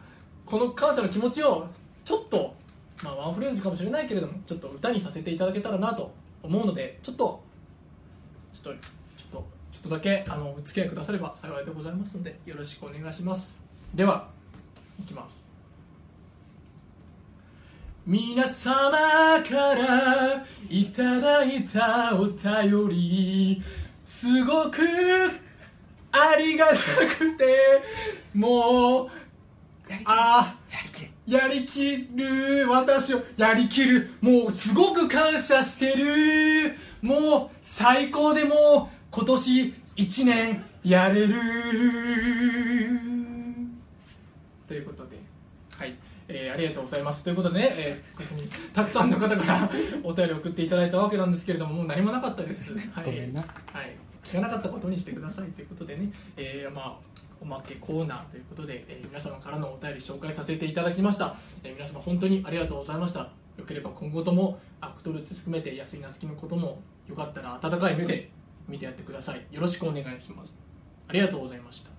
Speaker 3: この感謝の気持ちをちょっと、まあ、ワンフレーズかもしれないけれどもちょっと歌にさせていただけたらなと思うのでちょっとちょっとちょっとちょっとだけあのお付き合いくだされば幸いでございますのでよろしくお願いしますではいきます皆様からいただいたお便りすごくありがたくてもうあやりきる私をやりきるもうすごく感謝してるもう最高でもう今年1年やれるということではい、えーありがとうございますということでね、えーここにたくさんの方から お便りを送っていただいたわけなんですけれどももう何もなかったです、はい、
Speaker 2: ごめんな
Speaker 3: はい、聞かなかったことにしてくださいということでね、えーまあ、おまけコーナーということで、えー皆様からのお便り紹介させていただきました、えー皆様本当にありがとうございましたよければ今後ともアクトルーツ含めて安井なつきのこともよかったら温かい目で見てやってくださいよろしくお願いしますありがとうございました